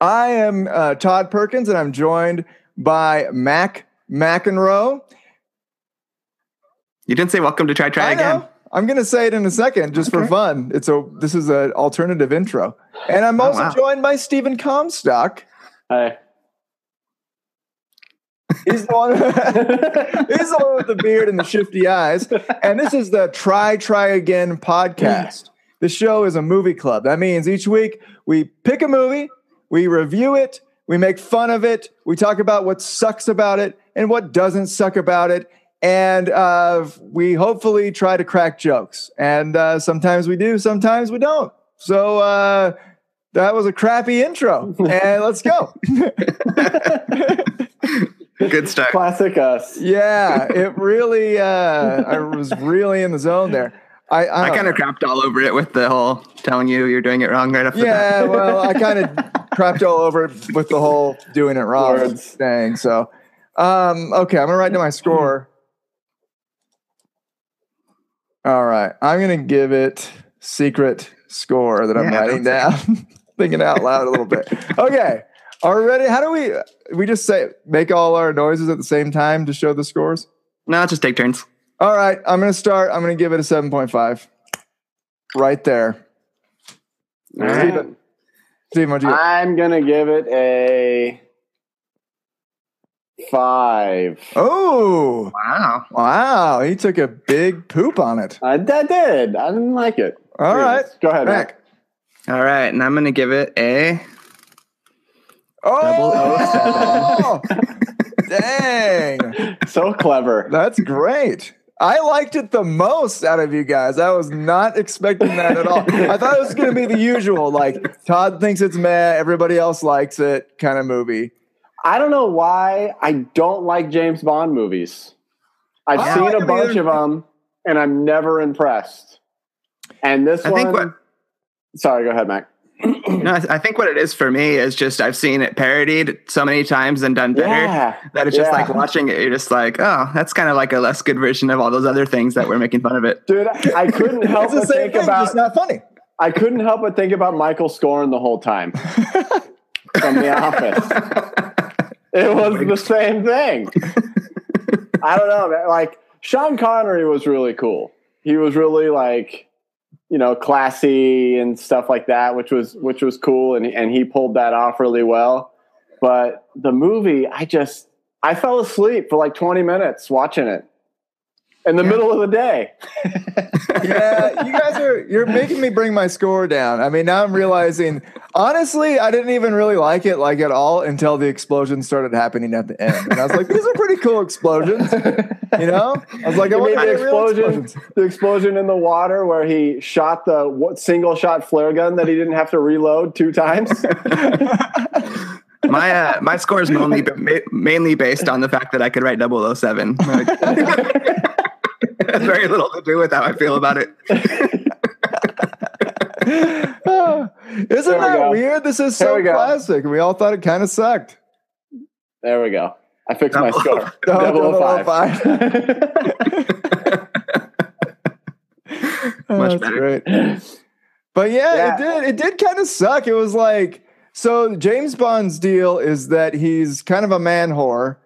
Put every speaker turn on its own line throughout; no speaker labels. I am uh, Todd Perkins, and I'm joined by Mac McEnroe.
You didn't say welcome to try try
I
again.
know. I'm going to say it in a second, just for
Okay.
fun. It's a this is an alternative intro, and I'm
Oh,
also
wow.
joined by Stephen Comstock.
Hi.
He's the one. he's the one with the beard and the shifty eyes. And this is the Try Try Again podcast. The show is a movie club. That means each week we pick a movie, we review it, we make fun of it, we talk about what sucks about it and what doesn't suck about it. And uh, we hopefully try to crack jokes. And uh, sometimes we do, sometimes we don't. So uh, that was a crappy intro. And let's go.
Good start.
Classic us.
Yeah, it really. Uh, I was really in the zone there. I, I,
I kind of crapped all over it with the whole telling you you're doing it wrong right off the bat.
Yeah, well, I kind of crapped all over it with the whole doing it wrong
Words.
thing. So, um, okay, I'm gonna write down my score. All right, I'm gonna give it secret score that I'm
Yeah,
writing down, thinking out loud a little bit. Okay, already. How do we? We just say make all our noises at the same time to show the scores.
No, just take turns.
All right, I'm gonna start. I'm gonna give it a 7.5. Right there.
All right.
Steven. Steve, what'd you get?
I'm gonna give it a five.
Oh
Wow.
wow, he took a big poop on it.
I, I did. I didn't like it.
All right,
Go ahead, Mac.
Mac.
All right, and I'm gonna give it a.
Oh, dang,
So clever.
that's great. I liked it the most out of you guys. I was not expecting that at all. I thought it was going to be the usual, like Todd thinks it's meh, everybody else likes it kind of movie.
I don't know why I don't like James Bond movies. I've
I don't
seen
like
a
them
bunch
either.
of them, and I'm never impressed. And this
I
one.
think what
sorry, go ahead, Mac.
no, I I think what it is for me is just I've seen it parodied so many times and done better
Yeah.
that it's just
yeah.
like watching it. You're just like, oh, that's kind of like a less good version of all those other things that we're making fun of it.
Dude, I couldn't help
It's the
but
same
think
thing,
about
just not funny.
I couldn't help but think about Michael Scorn the whole time from The Office. It was the same thing. I don't know. man. Like Sean Connery was really cool. He was really like, you know, classy and stuff like that, which was which was cool, and and he pulled that off really well. But the movie, I just I fell asleep for like twenty minutes watching it in the
Yeah.
middle of the day.
yeah, you guys are you're making me bring my score down. I mean, now I'm realizing honestly, I didn't even really like it like at all until the explosions started happening at the end. And I was like, these are pretty cool explosions. You know? I was like, I
You
want
mean
to
the
get real
explosion,
explosions.
the explosion in the water where he shot the what, single shot flare gun that he didn't have to reload two times.
My uh, my score is mainly ma- mainly based on the fact that I could write 007. Like, very little to do with how I feel about it.
Ah, Isn't
There we
that
go.
weird? This is
There
so
we go.
classic. We all thought it kind of sucked.
there we go. I fixed my
Double-
score.
Double
005.
Oh,
Much
that's
better.
great. But yeah, it did. It did kind of suck. It was like so. James Bond's deal is that he's kind of a man whore,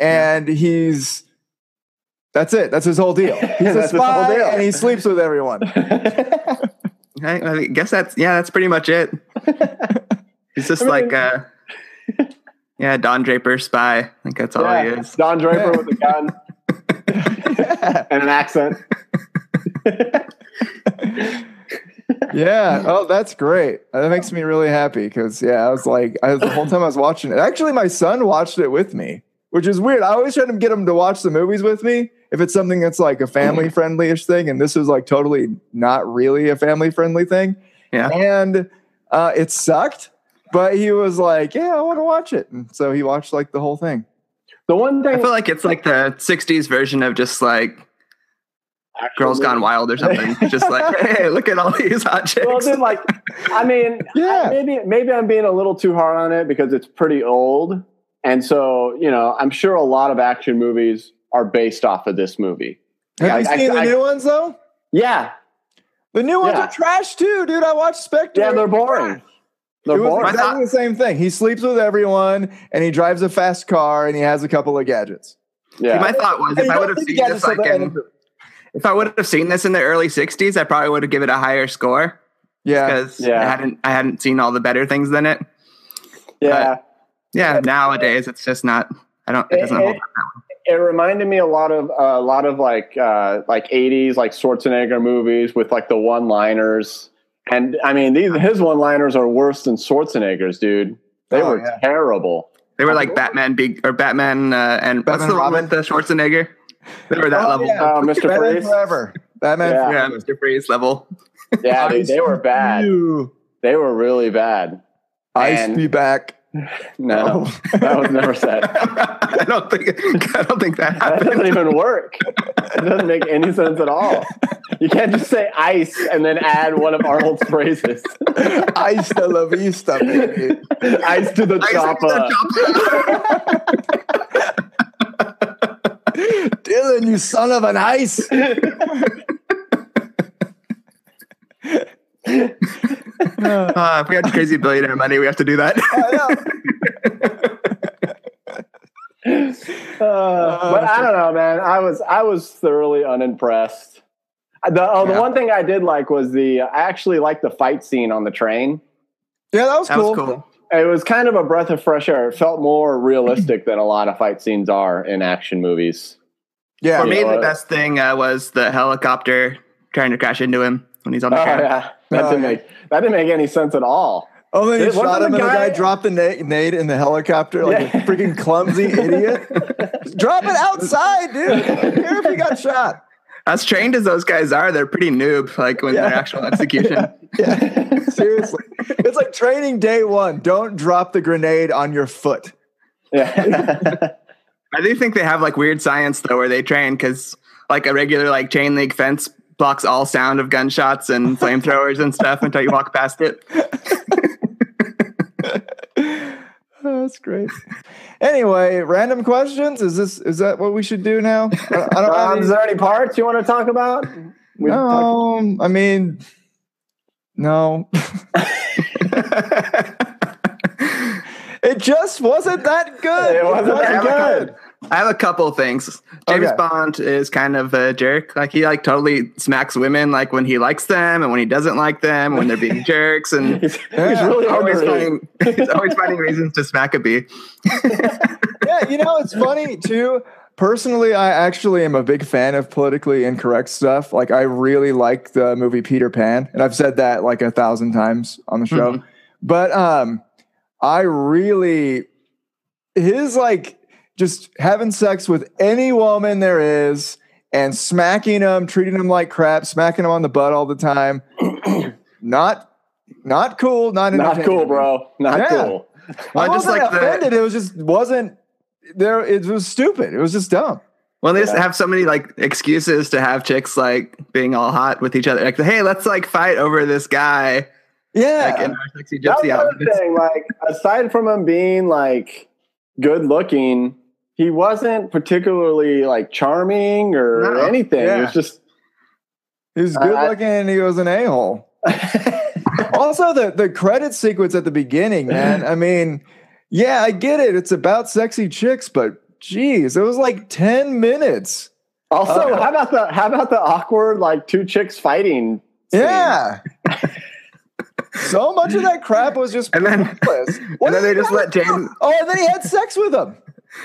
and he's that's it. That's his whole deal. He's a
That's his whole
spy,
deal.
and he sleeps with everyone.
I, I guess that's yeah, that's pretty much it. He's just
I mean-
like uh yeah, Don Draper spy. I think that's all he
yeah.
is.
Don Draper
Yeah.
with a gun
yeah.
and an accent.
Yeah. Oh, that's great. That makes me really happy because yeah, I was like, I was, the whole time I was watching it. Actually, my son watched it with me, which is weird. I always try to get him to watch the movies with me if it's something that's like a family friendly ish thing, and this is like totally not really a family friendly thing.
Yeah.
And uh, it sucked, but he was like, yeah, I want to watch it, and so he watched like the whole thing.
The one
I
thing
feel like it's like the '60s version of just like Girls Gone Wild or something. just like, hey, look at all these hot
Well,
chicks.
dude, like, I mean,
Yeah.
I- maybe maybe I'm being a little too hard on it because it's pretty old, and so you know, I'm sure a lot of action movies are based off of this movie.
Have
Yeah,
you
I-
seen the
I-
new ones though?
Yeah,
The new ones
Yeah.
are trash too, dude. I watched Spectre.
yeah, they're boring. They're
it was
boring.
exactly the same thing. He sleeps with everyone, and he drives a fast car, and he has a couple of gadgets.
yeah.
My thought was,
And
if
you
I
don't
would have
think he
seen
got
this,
this
like
other
in,
end.
if I would have seen this in the early '60s, I probably would have given it a higher score
Yeah,
because
Yeah.
I hadn't I hadn't seen all the better things than it.
yeah.
Yeah, nowadays it's just not. I don't. It doesn't
It-
hold up.
it reminded me a lot of a lot of like uh, like 80s like Schwarzenegger movies with like the one-liners and I mean these his one-liners are worse than Schwarzenegger's dude they
Oh,
were
yeah.
terrible
They were like Batman Big or Batman uh, and what's
Oh. Batman
the one
Robin?
with the Schwarzenegger? They were that
Oh,
level.
yeah.
uh, Mr.
Batman
Freeze
forever. Batman.
Yeah.
Forever.
Yeah, Mr. Freeze level.
yeah dude, they were bad
You.
they were really bad
Ice
And-
be back.
no
Oh.
that was never said
I don't think I don't think that
that
happened.
doesn't even work it doesn't make any sense at all you can't just say ice and then add one of Arnold's phrases
Ice de la vista, baby.
ice to the
I said
chopper
the
Dylan, you son of an ice.
chopper. Uh, if we had crazy billionaire money, we have to do that.
Oh,
Uh, but I don't know, man. I was I was thoroughly unimpressed. The oh, the
Yeah.
one thing I did like was the I actually liked the fight scene on the train.
Yeah, that was
that
cool.
was cool.
It was kind of a breath of fresh air. It felt more realistic than a lot of fight scenes are in action movies.
Yeah.
For me,
You know
the
what?
best thing uh, was the helicopter trying to crash into him when he's on
Oh
the ground.
yeah, that
Oh,
didn't
yeah.
make that didn't make any sense at all.
Oh, then you
Dude, wasn't
shot him,
the
and the guy
guy-
dropped the na- nade in the helicopter like a
Yeah.
freaking clumsy idiot. Drop it outside, dude. I don't care if you got shot.
As trained as those guys are, they're pretty noob. Like when their actual execution.
Yeah, seriously. It's like training day one. Don't drop the grenade on your foot.
Yeah,
I do think they have like weird science though, where they train because like a regular like chain link fence blocks all sound of gunshots and flamethrowers and stuff until you walk past it.
Oh, that's great. Anyway, random questions. Is this is that what we should do now? I, I don't have
um,
any-
is there any parts you want to talk about? We
No,
talked-
I mean, no. it just wasn't that good.
It wasn't that
Yeah.
good.
I have a couple things. James
Okay.
Bond is kind of a jerk. Like he like totally smacks women like when he likes them and when he doesn't like them, when they're being jerks and
He's, he's
Yeah.
really
always
overrated.
finding he's always finding reasons to smack a bee.
Yeah, you know, it's funny too. Personally, I actually am a big fan of politically incorrect stuff. Like, I really like the movie Peter Pan, and I've said that like a thousand times on the show.
Mm-hmm.
But um, I really his like just having sex with any woman there is and smacking them, treating them like crap, smacking them on the butt all the time. not, not cool. Not
Not cool,
entertaining.
bro. Not
Yeah.
cool.
I,
I just
wasn't
like the-
offended. It was just wasn't there. It was stupid. It was just dumb.
Well, they just
Yeah.
have so many like excuses to have chicks like being all hot with each other. Like, hey, let's like fight over this guy
Yeah,
like in our sexy
That's
gypsy
the other
outfits.
thing. Like, aside from him being like good looking, he wasn't particularly like charming or
No.
anything. He
Yeah.
was just
he was
I-
good
I-
looking and he was an a hole. also, the the credit sequence at the beginning, man. I mean, yeah, I get it. It's about sexy chicks, but geez, it was like ten minutes.
also.
Uh,
how about the how about the awkward like two chicks fighting? scene?
Yeah. so much of that crap was just
And then-
pointless. What
And
did
then they
he
just
have-
let James
Oh, and then he had sex with him.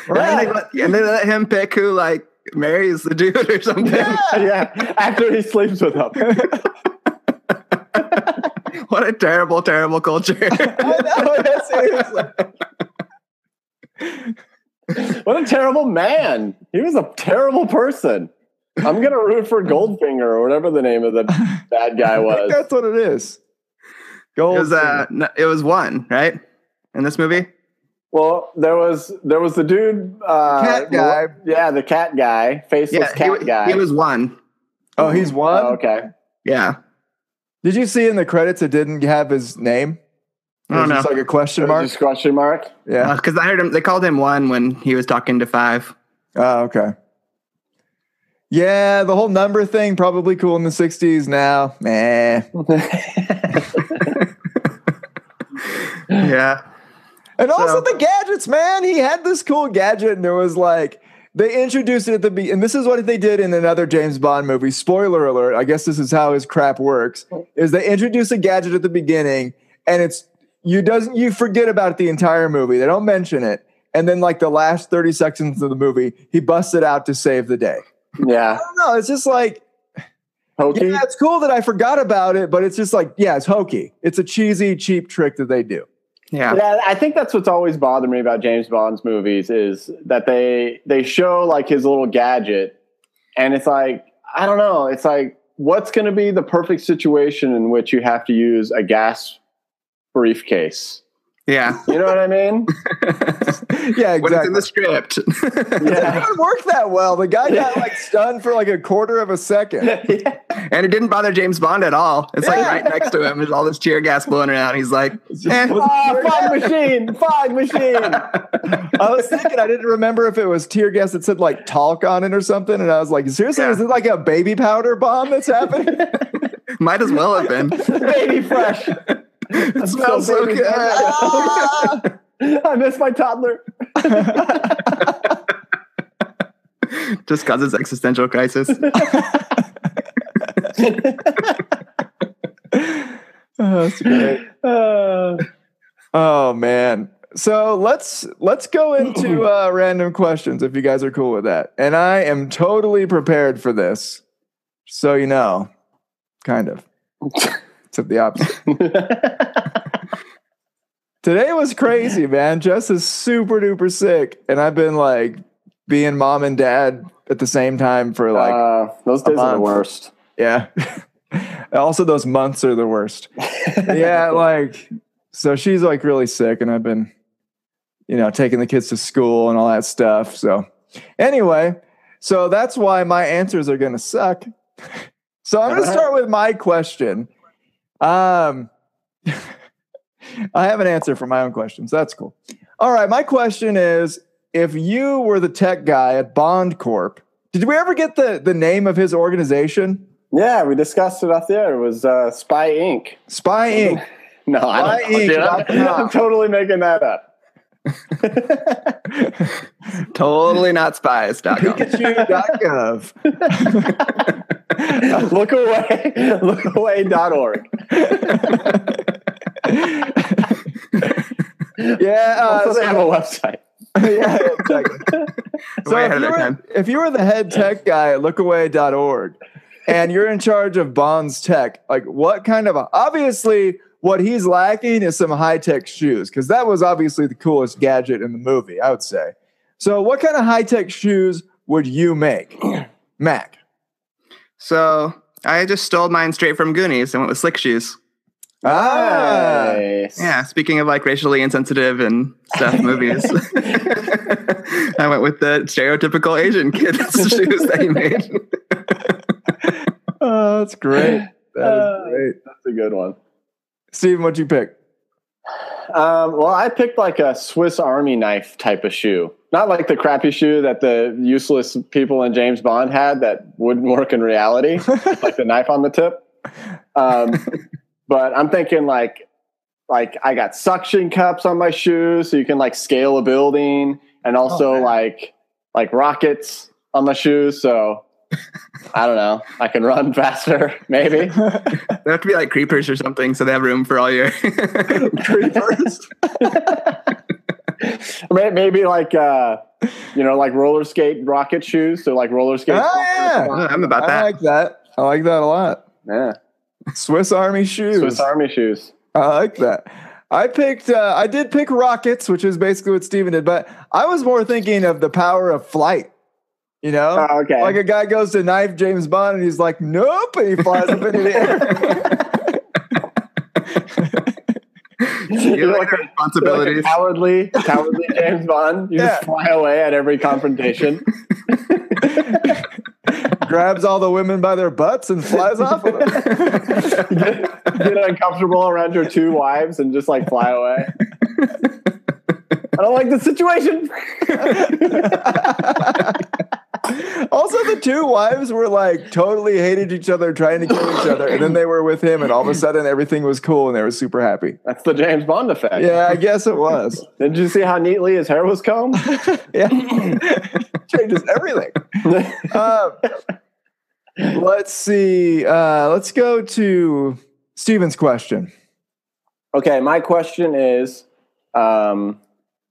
and then they
Right.
let, and they let him pick who like marries the dude or something.
Yeah.
yeah. After he sleeps with them,
What a terrible, terrible culture.
I know, that's seriously.
what a terrible man! He was a terrible person. I'm gonna root for Goldfinger or whatever the name of the bad guy
I think
was.
that's what it is.
It
Gold.
was uh, no, it was one right in this movie.
Well, there was there was the dude, uh,
Cat guy.
Yeah, the cat guy, faceless
he,
cat
wa-
guy.
he was one.
oh, he's one.
Oh, okay.
Yeah,
Did you see in the credits it didn't have his name?
I
Oh, It
don't
was
know
Just like a question
Just
mark.
question mark.
Yeah.
because I heard him. They called him one when he was talking to five.
Oh, okay. Yeah, the whole number thing probably cool in the '60s. Now, meh.
yeah.
And also
So-
the gadgets, man. He had this cool gadget, and there was like they introduced it at the be- and this is what they did in another James Bond movie. Spoiler alert! I guess this is how his crap works: is they introduce a gadget at the beginning, and it's you doesn't you forget about it the entire movie. They don't mention it, and then like the last thirty seconds of the movie, he busts it out to save the day.
Yeah.
I don't know. It's just like
Hokey.
yeah, it's cool that I forgot about it, but it's just like yeah, it's hokey. It's a cheesy, cheap trick that they do.
Yeah.
Yeah, I think that's what's always bothered me about James Bond's movies is that they they show like his little gadget, and it's like I don't know, it's like what's going to be the perfect situation in which you have to use a gas briefcase?
Yeah.
You know what I mean?
Yeah, exactly.
When it's in the script.
It
yeah.
didn't work that well. The guy got like stunned for like a quarter of a second.
and it didn't bother James Bond at all. It's like
Yeah.
right next to him. There's all this tear gas blowing around. He's like, eh.
Ah, fog machine, fog machine.
I was thinking, I didn't remember if it was tear gas that said like talc on it or something. And I was like, seriously,
Yeah.
is it like a baby powder bomb that's happening?
might as well have been.
baby fresh.
It smells so
baby
good.
fresh.
Ah!
I miss my toddler.
Just causes existential crisis.
Oh, that's great.
Uh,
Oh man. So let's let's go into uh, random questions if you guys are cool with that. And I am totally prepared for this. So you know, kind of. Except the opposite. Today was crazy, man. Jess is super duper sick, and I've been like being mom and dad at the same time for like
uh, those days are the
month.
worst.
yeah. also, those months are the worst. yeah, like so she's like really sick, and I've been, you know, taking the kids to school and all that stuff. So anyway, so that's why my answers are gonna suck. So I'm gonna
Alright.
start with my question. Um, I have an answer for my own questions. That's cool. All right, my question is: If you were the tech guy at Bond Corp, did we ever get the the name of his organization?
Yeah, we discussed it off the air. It was uh, Spy Inc.
Spy Inc.
No, I
Spy
don't know, dude.
Inc.
I'm, I'm totally making that up.
totally not spies. Doc.
Pikachu.gov.
Look away, lookaway.org.
yeah, uh,
Also,
so-
they have a website.
yeah, exactly. So
Way
if
ahead of
you,
their
were,
time.
if you were the head tech guy at lookaway.org and you're in charge of Bond's tech, like what kind of obviously what he's lacking is some high tech shoes because that was obviously the coolest gadget in the movie, I would say. So, what kind of high tech shoes would you make, Mac?
So I just stole mine straight from Goonies and went with slick shoes.
Ah,
Nice.
Yeah, speaking of like racially insensitive and stuff movies, I went with the stereotypical Asian kid's shoes that he made.
oh, that's great. That is
Uh,
great.
That's a good one.
Steven, what'd you pick?
Um, well, I picked like a Swiss Army knife type of shoe, not like the crappy shoe that the useless people in James Bond had that wouldn't work in reality, like the knife on the tip. Um, but I'm thinking like, like I got suction cups on my shoe, so you can like scale a building, and also
man.
like like rockets on my shoes, so. I don't know. I can run faster,
They
maybe.
have to be like creepers or something, so they have room for all your creepers.
May- Maybe like uh, you know, like roller skate rocket shoes. So like roller skate.
Oh, yeah.
I'm about
I
that.
like that. I like that a lot.
Yeah.
Swiss Army shoes.
Swiss Army shoes.
I like that. I picked. Uh, I did pick rockets, which is basically what Steven did. But I was more thinking of the power of flight. You know,
Oh, okay.
like a guy goes to knife James Bond, and he's like, "Nope," and he flies up into the air.
you
You're
know,
like
like your
a- like a
responsibilities.
cowardly, cowardly James Bond. You just
Yeah.
fly away at every confrontation.
Grabs all the women by their butts and flies off with them.
get, get uncomfortable around your two wives and just like fly away. I don't like the situation.
also, the two wives were like totally hated each other, trying to kill each other, and then they were with him, and all of a sudden everything was cool and they were super happy.
That's the James Bond effect.
Yeah, I guess it was.
Did you see how neatly his hair was combed?
Yeah, changes everything. Uh, let's see. Uh, let's go to Steven's question.
Okay, my question is, um,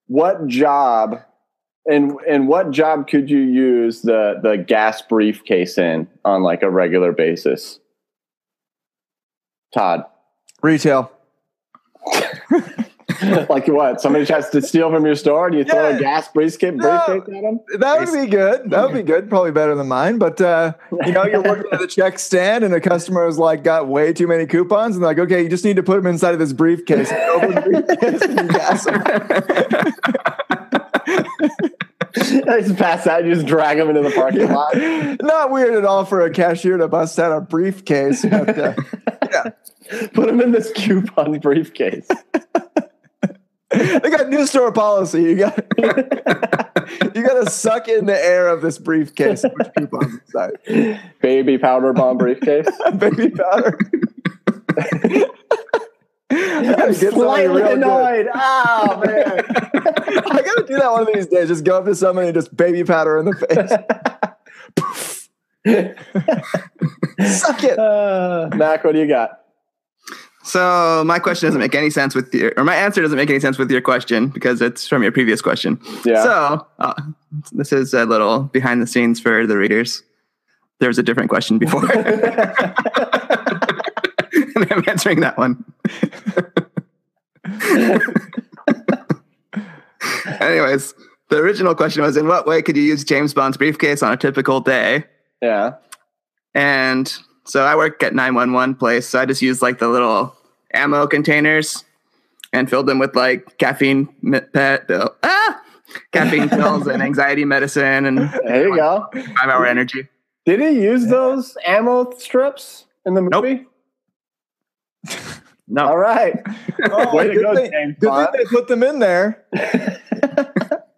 what job and and what job could you use the the gas briefcase in on like a regular basis? Todd,
Retail.
like what? Somebody tries to steal from your store and you throw
Yeah.
a gas briefcase,
No.
briefcase at them?
That would be good. That would be good. Probably better than mine. But uh, you know, you're working at the check stand, and a customer is like, got way too many coupons, and like, okay, you just need to put them inside of this briefcase. And open the briefcase and gas 'em.
I just pass out, you just drag them into the parking lot.
Not weird at all for a cashier to bust out a briefcase. But, uh,
Put them in this coupon briefcase.
they got new store policy. You got you got to suck in the air of this briefcase. and put coupons inside.
Baby powder bomb briefcase.
baby powder. I gotta get something
Slightly
real good.
annoyed. Oh man.
I gotta do that one of these days. Just go up to somebody and just baby powder in the face. Poof. Suck it.
Uh, Mac, what do you got?
So my question doesn't make any sense with your, or my answer doesn't make any sense with your question because it's from your previous question.
Yeah.
So uh, this is a little behind the scenes for the readers. There was a different question before, and I'm answering that one. Anyways, the original question was: In what way could you use James Bond's briefcase on a typical day?
yeah.
And so I work at 911 place. So I just used like the little ammo containers and filled them with like caffeine mi- pet pill. Ah! Caffeine pills and anxiety medicine and
There you go.
five hour energy.
Did he use those ammo strips in the
Nope.
movie?
No.
All right.
Oh,
Way to
good
go,
thing,
James
good
Bond.
thing they put them in there.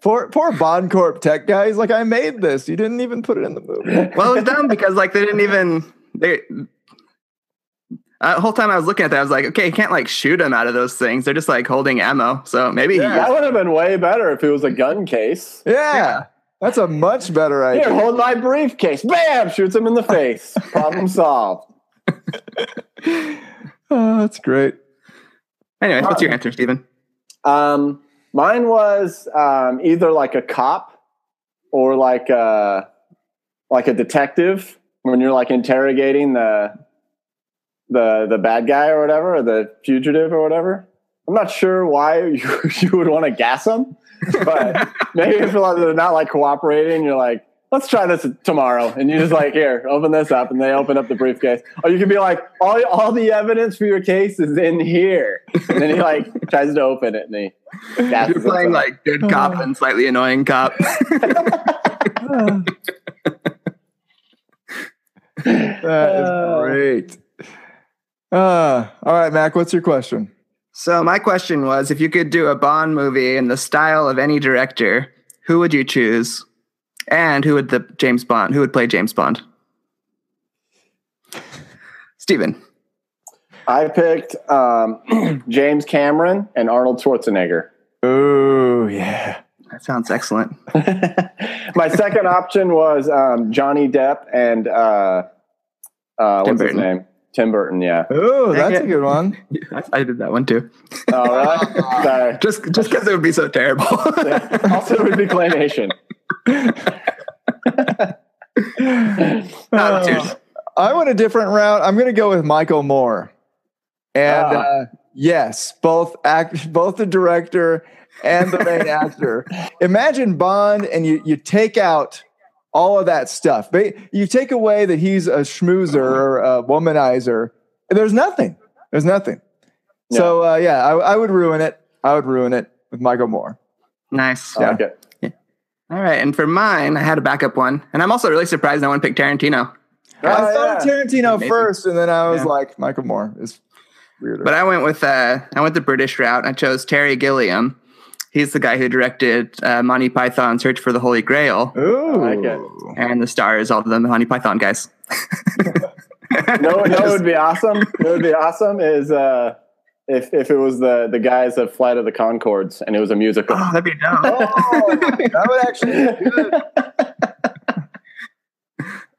poor poor Bond Corp tech guy. He's like, I made this. You didn't even put it in the movie.
Well, it was dumb because like they didn't even they. Uh, the whole time I was looking at that, I was like, okay, you can't like shoot them out of those things. They're just like holding ammo. So maybe he
That would have been way better if it was a gun case.
Yeah. That's a much better
Here,
idea.
hold my briefcase. Bam! Shoots him in the face. Problem solved.
Oh, that's great.
Anyways, what's your answer, Steven?
Um, mine was um, either like a cop or like a like a detective when you're like interrogating the the the bad guy or whatever, or the fugitive or whatever. I'm not sure why you, you would want to gas them, but maybe if like, they're not like cooperating, you're like, let's try this tomorrow, and you just like here, open this up, and they open up the briefcase. Or you could be like, all all the evidence for your case is in here, and then he like tries to open it, and he gases
You're playing
himself.
like good cop and slightly annoying cop.
That is
Oh.
great. Uh, all right, Mac, what's your question?
So my question was, if you could do a Bond movie in the style of any director, who would you choose, and who would the James Bond? Who would play James Bond? Steven.
I picked um, James Cameron and Arnold Schwarzenegger.
Oh, yeah.
That sounds excellent.
My second option was um, Johnny Depp and uh, uh,
Tim
what's his
Burton.
name? Tim Burton. Yeah.
Oh, that's a
it.
good one.
I, I did that one too.
All right. Sorry.
Just just because it would be so terrible.
Also, it would be claymation.
Out of two.
I went a different route. I'm going to go with Michael Moore. And
Ah.
uh, yes, both act, both the director and the main actor. Imagine Bond, and you you take out all of that stuff. Ba- You take away that he's a schmoozer or a womanizer. There's nothing. There's nothing. So uh, yeah, I, I would ruin it. I would ruin it with Michael Moore.
Nice.
I like it.
All right. And for mine, I had a backup one, and I'm also really surprised no one picked Tarantino.
I
Oh,
thought
yeah.
of Tarantino
Amazing.
first, and then I was
Yeah.
like, Michael Moore is weirder.
But I went with uh, I went the British route. I chose Terry Gilliam. He's the guy who directed uh, Monty Python's Search for the Holy Grail,
Ooh.
I like it.
and the star is all the Monty Python guys.
No, no, it would be awesome. It would be awesome is uh, if if it was the the guys of Flight of the Concords and it was a musical.
Oh, that'd be dope.
Oh, that would actually be good.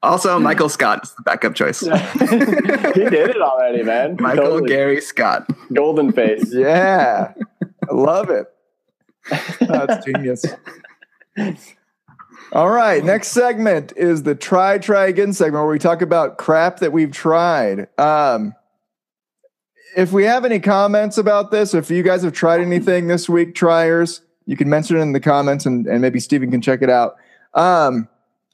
Also, Michael Scott is the backup choice.
he did it already, man.
Michael
Totally.
Gary Scott.
Golden face.
Yeah. I love it. That's genius. All right. Next segment is the try, try again segment where we talk about crap that we've tried. Um, if we have any comments about this, if you guys have tried anything this week, triers, you can mention it in the comments and, and maybe Steven can check it out. Um,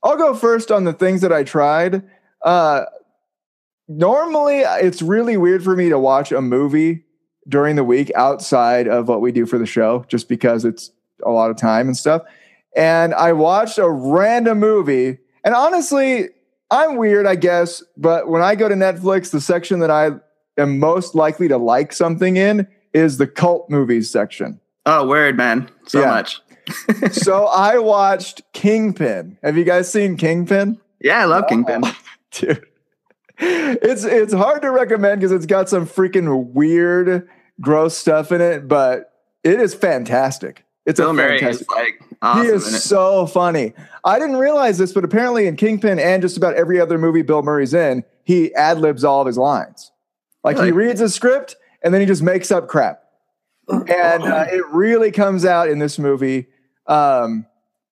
I'll go first on the things that I tried. Uh, normally, it's really weird for me to watch a movie during the week outside of what we do for the show, just because it's a lot of time and stuff. And I watched a random movie. And honestly, I'm weird, I guess, but when I go to Netflix, the section that I am most likely to like something in is the cult movies section.
Oh, word, man. So
Yeah.
much.
so I watched Kingpin. Have you guys seen Kingpin?
Yeah, I love Kingpin.
dude. It's it's hard to recommend because it's got some freaking weird, gross stuff in it, but it is fantastic. It's
Bill
a
Murray
fantastic.
is like awesome.
he
in it.
is so funny. I didn't realize this, but apparently in Kingpin and just about every other movie Bill Murray's in, he ad libs all of his lines. Like he
Really?
reads a script and then he just makes up crap, and uh, it really comes out in this movie. Um,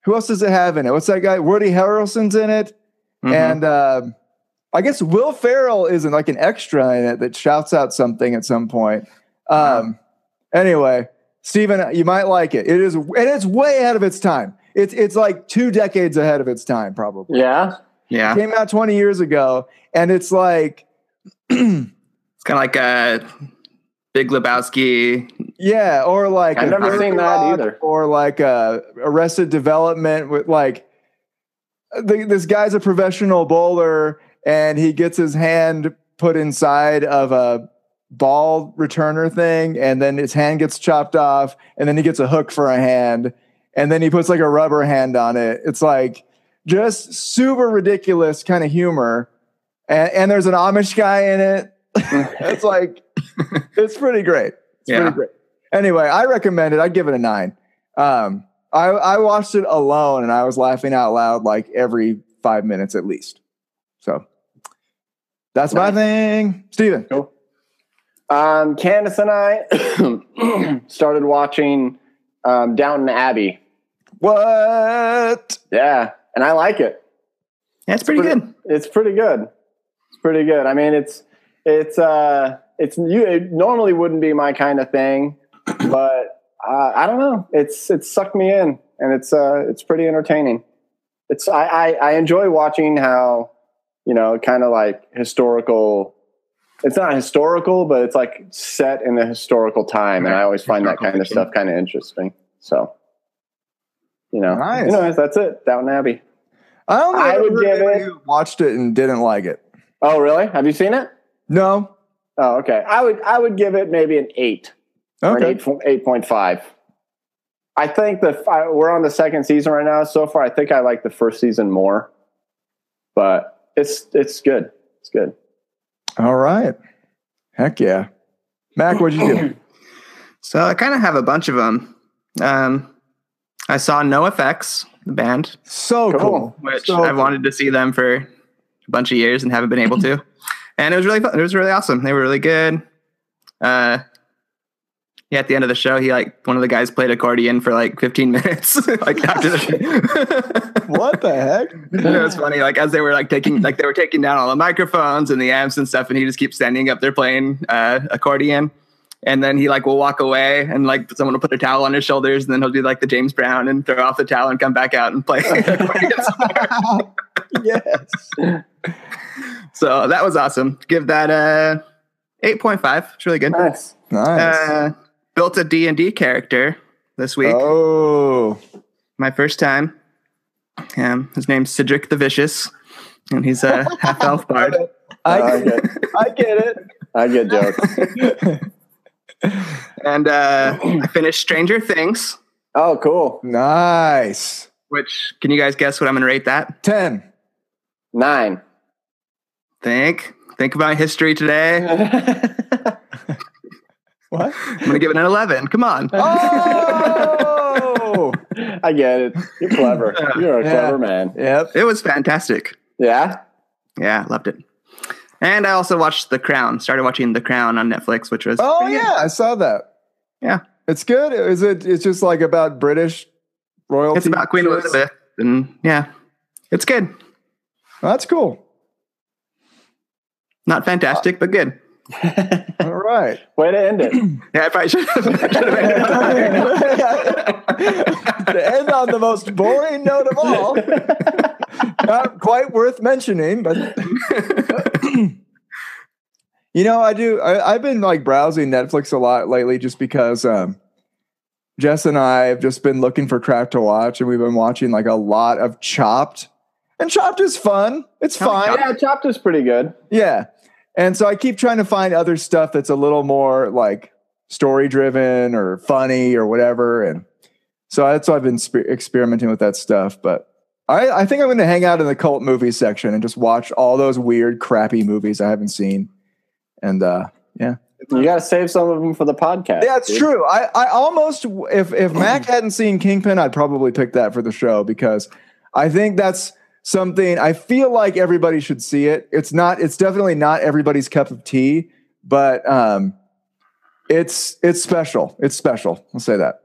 who else does it have in it? What's that guy? Woody Harrelson's in it.
Mhm.
And um, I guess Will Farrell isn't like an extra in it that shouts out something at some point. Um, Anyway, Steven, you might like it. It is, and it's way ahead of its time. It's it's like two decades ahead of its time, probably.
Yeah.
yeah.
Came out 20 years ago, and it's like,
It's kind of like a Big Lebowski.
yeah, or like
I've
a
never
Thirty
seen that
Rock,
either.
or like uh, Arrested Development with like the, this guy's a professional bowler and he gets his hand put inside of a ball returner thing and then his hand gets chopped off and then he gets a hook for a hand and then he puts like a rubber hand on it. It's like just super ridiculous kind of humor. And, and there's an Amish guy in it. it's like it's pretty great. It's
Yeah.
pretty great. Anyway, I recommend it. I'd give it a nine. Um, I, I watched it alone and I was laughing out loud like every five minutes at least. So that's my thing. Steven.
Um, Candace and I started watching um, Downton Abbey.
What?
Yeah, and I like it.
Yeah, it's pretty, good.
It's pretty good. It's pretty good. I mean, it's it's uh it's you. It normally wouldn't be my kind of thing, but uh, I don't know. It's it's sucked me in, and it's uh it's pretty entertaining. It's I I, I enjoy watching how you know kind of like historical. It's not historical, but it's like set in a historical time, and I always find that kind of stuff kind of interesting. So, you know,
Nice.
anyways, that's it. Downton Abbey.
I don't think
I
I
would give
remember
it-
you watched it and didn't like it.
Oh, really? Have you seen it?
No.
Oh, okay. I would I would give it maybe an eight or an
Okay.
eight eight point five. I think the I, we're on the second season right now. So far, I think I like the first season more, but it's it's good. It's good.
All right. Heck yeah. Mac, what'd you do?
So I kind of have a bunch of them. Um, I saw No Effects, the band,
So cool.
Cool.
which
So
I've wanted to see them for a bunch of years and haven't been able to. And it was really fun. It was really awesome. They were really good. Uh, yeah, at the end of the show, he like one of the guys played accordion for like 15 minutes. like after the
What the heck?
it was funny. Like as they were like taking like they were taking down all the microphones and the amps and stuff, and he just keeps standing up there playing uh, accordion. And then he like will walk away, and like someone will put a towel on his shoulders, and then he'll do like the James Brown and throw off the towel and come back out and play. accordion.
yes.
so that was awesome. Give that a eight point five. It's really good.
Nice.
Nice.
Uh, built a D and D character this week.
oh.
Uh,
my first time. Um, his name's Cedric the Vicious, and he's a half elf bard.
I,
I
get
get,
I get it.
I get jokes.
And uh, I finished Stranger Things.
Oh, cool.
Nice.
Which can you guys guess what I'm gonna rate that?
10.
Nine.
Think. Think about history today.
What?
I'm gonna give it an eleven. Come on.
Oh!
I get it. You're clever. You're a
Yeah.
clever man.
yep.
It was fantastic.
Yeah.
Yeah, loved it. And I also watched The Crown. Started watching The Crown on Netflix, which was
Oh
pretty good.
yeah, I saw that.
Yeah.
It's good. Is it it's just like about British royalty?
It's about Queen
shows?
Elizabeth, and yeah, it's good.
That's cool.
Not fantastic, but good.
All right.
Way to end it.
Yeah, I probably should have.
to end on the most boring note of all. Not quite worth mentioning, but you know, I do. I, I've been like browsing Netflix a lot lately, just because um, Jess and I have just been looking for crap to watch, and we've been watching like a lot of Chopped. And Chopped is fun. It's
Hell
fine.
yeah, chopped is pretty good.
Yeah. And so I keep trying to find other stuff that's a little more like story driven or funny or whatever. And so that's why I've been spe- experimenting with that stuff. But I, I think I'm going to hang out in the cult movie section and just watch all those weird, crappy movies I haven't seen. And uh,
You got to save some of them for the podcast.
yeah, it's
dude.
true. I, I almost, if, if Mac hadn't seen Kingpin, I'd probably pick that for the show because I think that's something I feel like everybody should see it. It's not, it's definitely not everybody's cup of tea, but um, it's, it's special. It's special. I'll say that.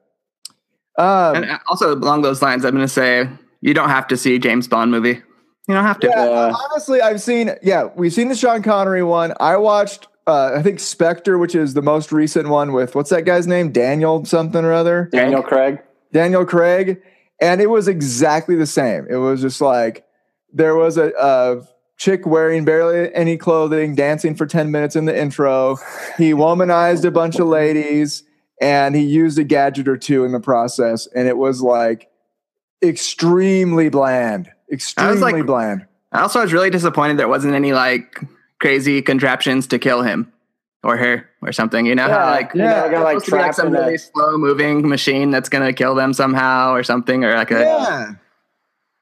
and
Um,
also along those lines, I'm going to say you don't have to see a James Bond movie. You don't have to.
yeah,
Yeah.
honestly, I've seen, yeah, we've seen the Sean Connery one. I watched, uh, I think Spectre, which is the most recent one with what's that guy's name? Daniel something or other.
Daniel Craig.
Daniel Craig, and it was exactly the same. It was just like there was a, a chick wearing barely any clothing, dancing for 10 minutes in the intro. He womanized a bunch of ladies and he used a gadget or two in the process, and it was like extremely bland. Extremely
like-
bland.
I also was really disappointed there wasn't any like crazy contraptions to kill him or her or something. You know how like
you
yeah,
know, I got
it's
like
supposed to be, like,
trapped
some
in a-
really slow moving machine that's going to kill them somehow or something or like a
Yeah.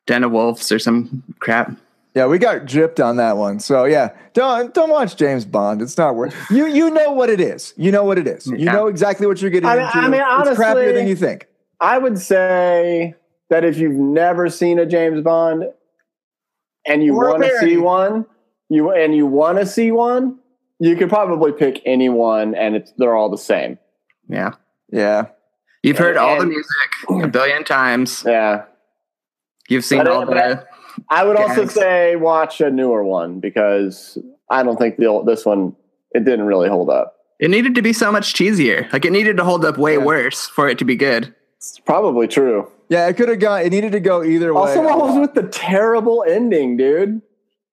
den of wolves or some crap.
Yeah, we got gypped on that one. So yeah, don't don't watch James Bond. It's not worth. You you know what it is. You know what it is. You
Yeah.
know exactly what you're getting
I mean-
into.
I mean,
it's crappier than
honestly-
you think.
I would say that if you've never seen a James Bond and you
Or a
want to
parody.
see one, you and you want to see one, you could probably pick any one, and it's they're all the same.
Yeah.
Yeah.
You've heard all the
And-
music a billion times.
Yeah,
You've seen
But, uh,
all
but
the.
I would also
Gags.
say watch a newer one because I don't think the old, this one it didn't really hold up.
It needed to be so much cheesier. Like it needed to hold up way
Yeah.
worse for it to be good.
It's probably true.
Yeah, it could have gone. It needed to go either way.
Also, what was with the terrible ending, dude?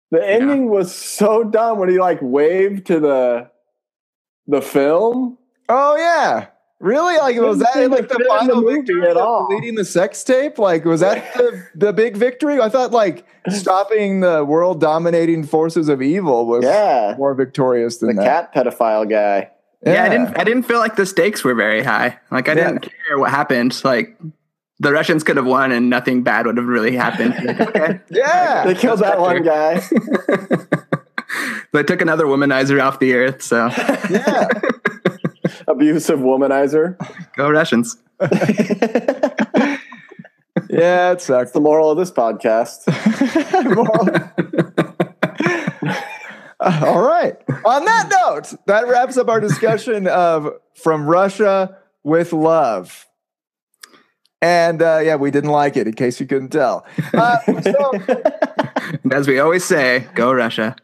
The ending was so dumb when he like waved to the the film.
oh yeah, really? Like was
Didn't
that
seem
like
to
the
fit in the
final
movie
victory
at all.
Leading the sex tape? Like was that the the big victory? I thought like stopping the world dominating forces of evil was
Yeah,
more victorious
the
than that.
cat pedophile guy.
Yeah. I didn't. I didn't feel like the stakes were very high. Like I
Yeah.
didn't care what happened. Like the Russians could have won and nothing bad would have really happened. Like, okay.
They
Yeah.
killed that one guy.
they took another womanizer off the earth. So
Yeah.
Abusive womanizer.
go Russians.
yeah. It sucked.
That's the moral of this podcast.
Moral- Uh, All right. On that note, that wraps up our discussion of From Russia with Love. And uh, yeah, we didn't like it, in case you couldn't tell. Uh, so,
And as we always say, go Russia.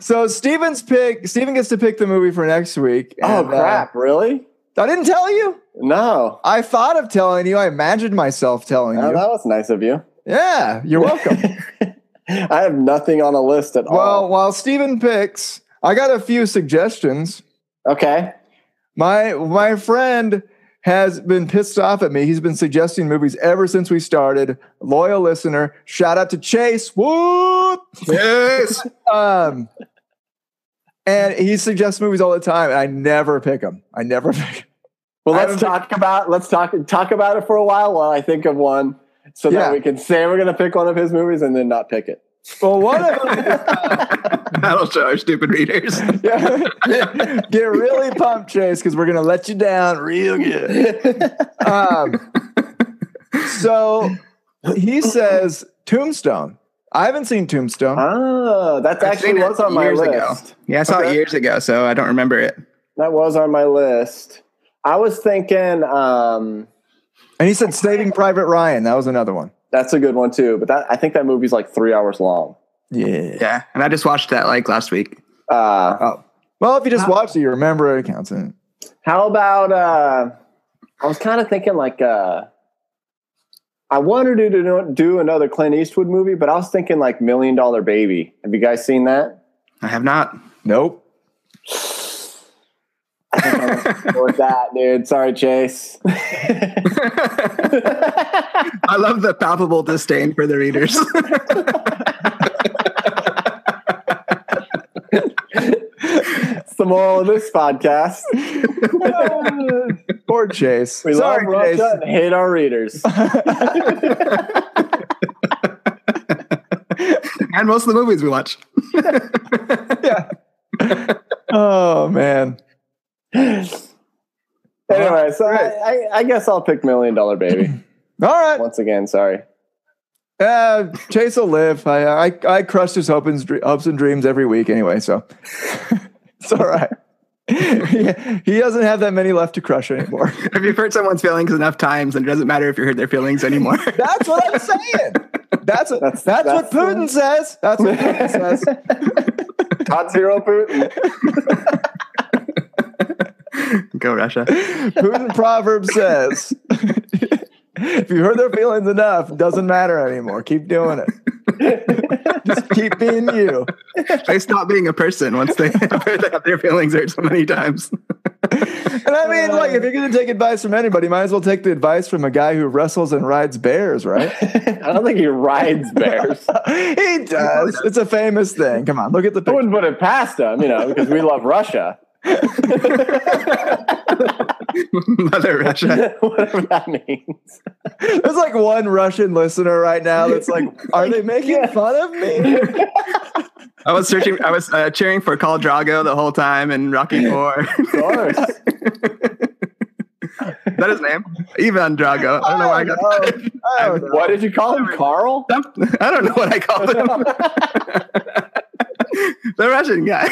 so Steven's pick. Steven gets to pick the movie for next week.
oh
and, uh,
crap! Really?
I didn't tell you.
No.
I thought of telling you. I imagined myself telling
Oh, that
you.
was nice of you.
Yeah, you're welcome.
I have nothing on a list at
well,
all.
while Steven picks, I got a few suggestions.
Okay.
My my friend has been pissed off at me. He's been suggesting movies ever since we started. Loyal listener. Shout out to Chase. Whoop.
Yes.
Um, and he suggests movies all the time, and I never pick them. I never pick. 'em.
Well,
I don't
let's talk about let's talk talk about it for a while while I think of one, so
Yeah.
that we can say we're gonna pick one of his movies and then not pick it.
Well, what if
That'll show our stupid readers.
Yeah. get really pumped, Chase, because we're gonna let you down real good. Um, so he says Tombstone. I haven't seen Tombstone.
Oh, that
I've
actually
seen it
was on my
years
list.
ago. Yeah, I saw it
Okay.
years ago, so I don't remember it.
That was on my list. I was thinking um,
And he said Saving Private Ryan. That was another one.
that's a good one too, but that I think that movie's like three hours long.
Yeah.
Yeah, and I just watched that like last week.
Uh,
Well, if you just watched it, you remember it. it Counts in.
How about uh I was kind of thinking like uh I wanted to do, do another Clint Eastwood movie, but I was thinking like Million Dollar Baby. Have you guys seen that?
I have not.
Nope.
I think I was bored with that, dude. Sorry, Chase.
I love the palpable disdain for the readers.
It's the moral of this podcast.
Poor Chase.
We
Sorry,
love Russia
Chase.
and hate our readers.
and most of the movies we watch.
Yeah. oh man.
anyway, so I, I, I guess I'll pick Million Dollar Baby
All right.
once again. Sorry.
Uh, Chase will live. I, I I crushed his hopes and, dre- hopes and dreams every week anyway, so it's all right. he, he doesn't have that many left to crush anymore.
If you've hurt someone's feelings enough times, then it doesn't matter if you hurt their feelings anymore.
That's what I'm saying. That's what, that's,
That's-
what
that's-
Putin says. That's what Putin says.
Todd Zero Putin.
Go Russia.
Putin proverb says. if you hurt their feelings enough, it doesn't matter anymore. Keep doing it. Just keep being you.
They stop being a person once they have their feelings hurt so many times.
And I mean, like, if you're going to take advice from anybody, might as well take the advice from a guy who wrestles and rides bears, right?
I don't think he rides bears.
he does. It's a famous thing. Come on, look at the
I
picture.
wouldn't put it past him, you know, because we love Russia,
Mother Russia.
whatever that means.
There's like one Russian listener right now that's like, "Are they making
Yeah.
fun of me?"
I was searching. I was uh, cheering for Call Drago the whole time and Rocky Four.
Of course.
Is that his name? Ivan Drago. I don't know why I got.
I don't know.
What did you call him, Carl?
Some- I don't know what I called him. the Russian guy.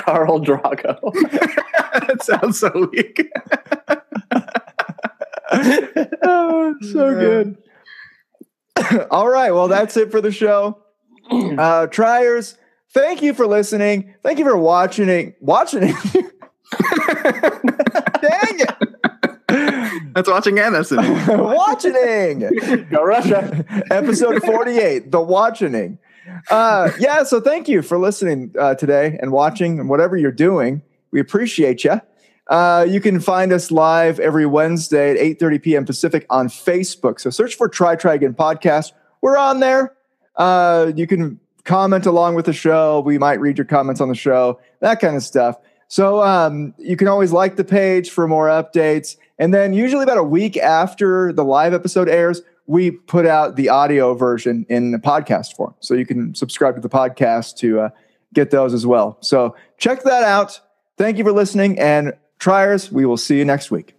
Carl Drago.
that sounds so weak.
Oh, it's so good. All right. Well, that's it for the show. Uh, triers, thank you for listening. Thank you for watching it. Watching it. Dang it.
That's watching and listening.
watching.
Go Russia.
Episode 48, The Watching. Uh, yeah, so thank you for listening uh, today and watching and whatever you're doing. We appreciate you. Uh, you can find us live every Wednesday at 8.30 p.m. Pacific on Facebook. So search for Try Try Again Podcast. We're on there. Uh, you can comment along with the show. We might read your comments on the show, that kind of stuff. So um, you can always like the page for more updates. And then usually about a week after the live episode airs, we put out the audio version in the podcast form. So you can subscribe to the podcast to uh, get those as well. So check that out. Thank you for listening. And triers, we will see you next week.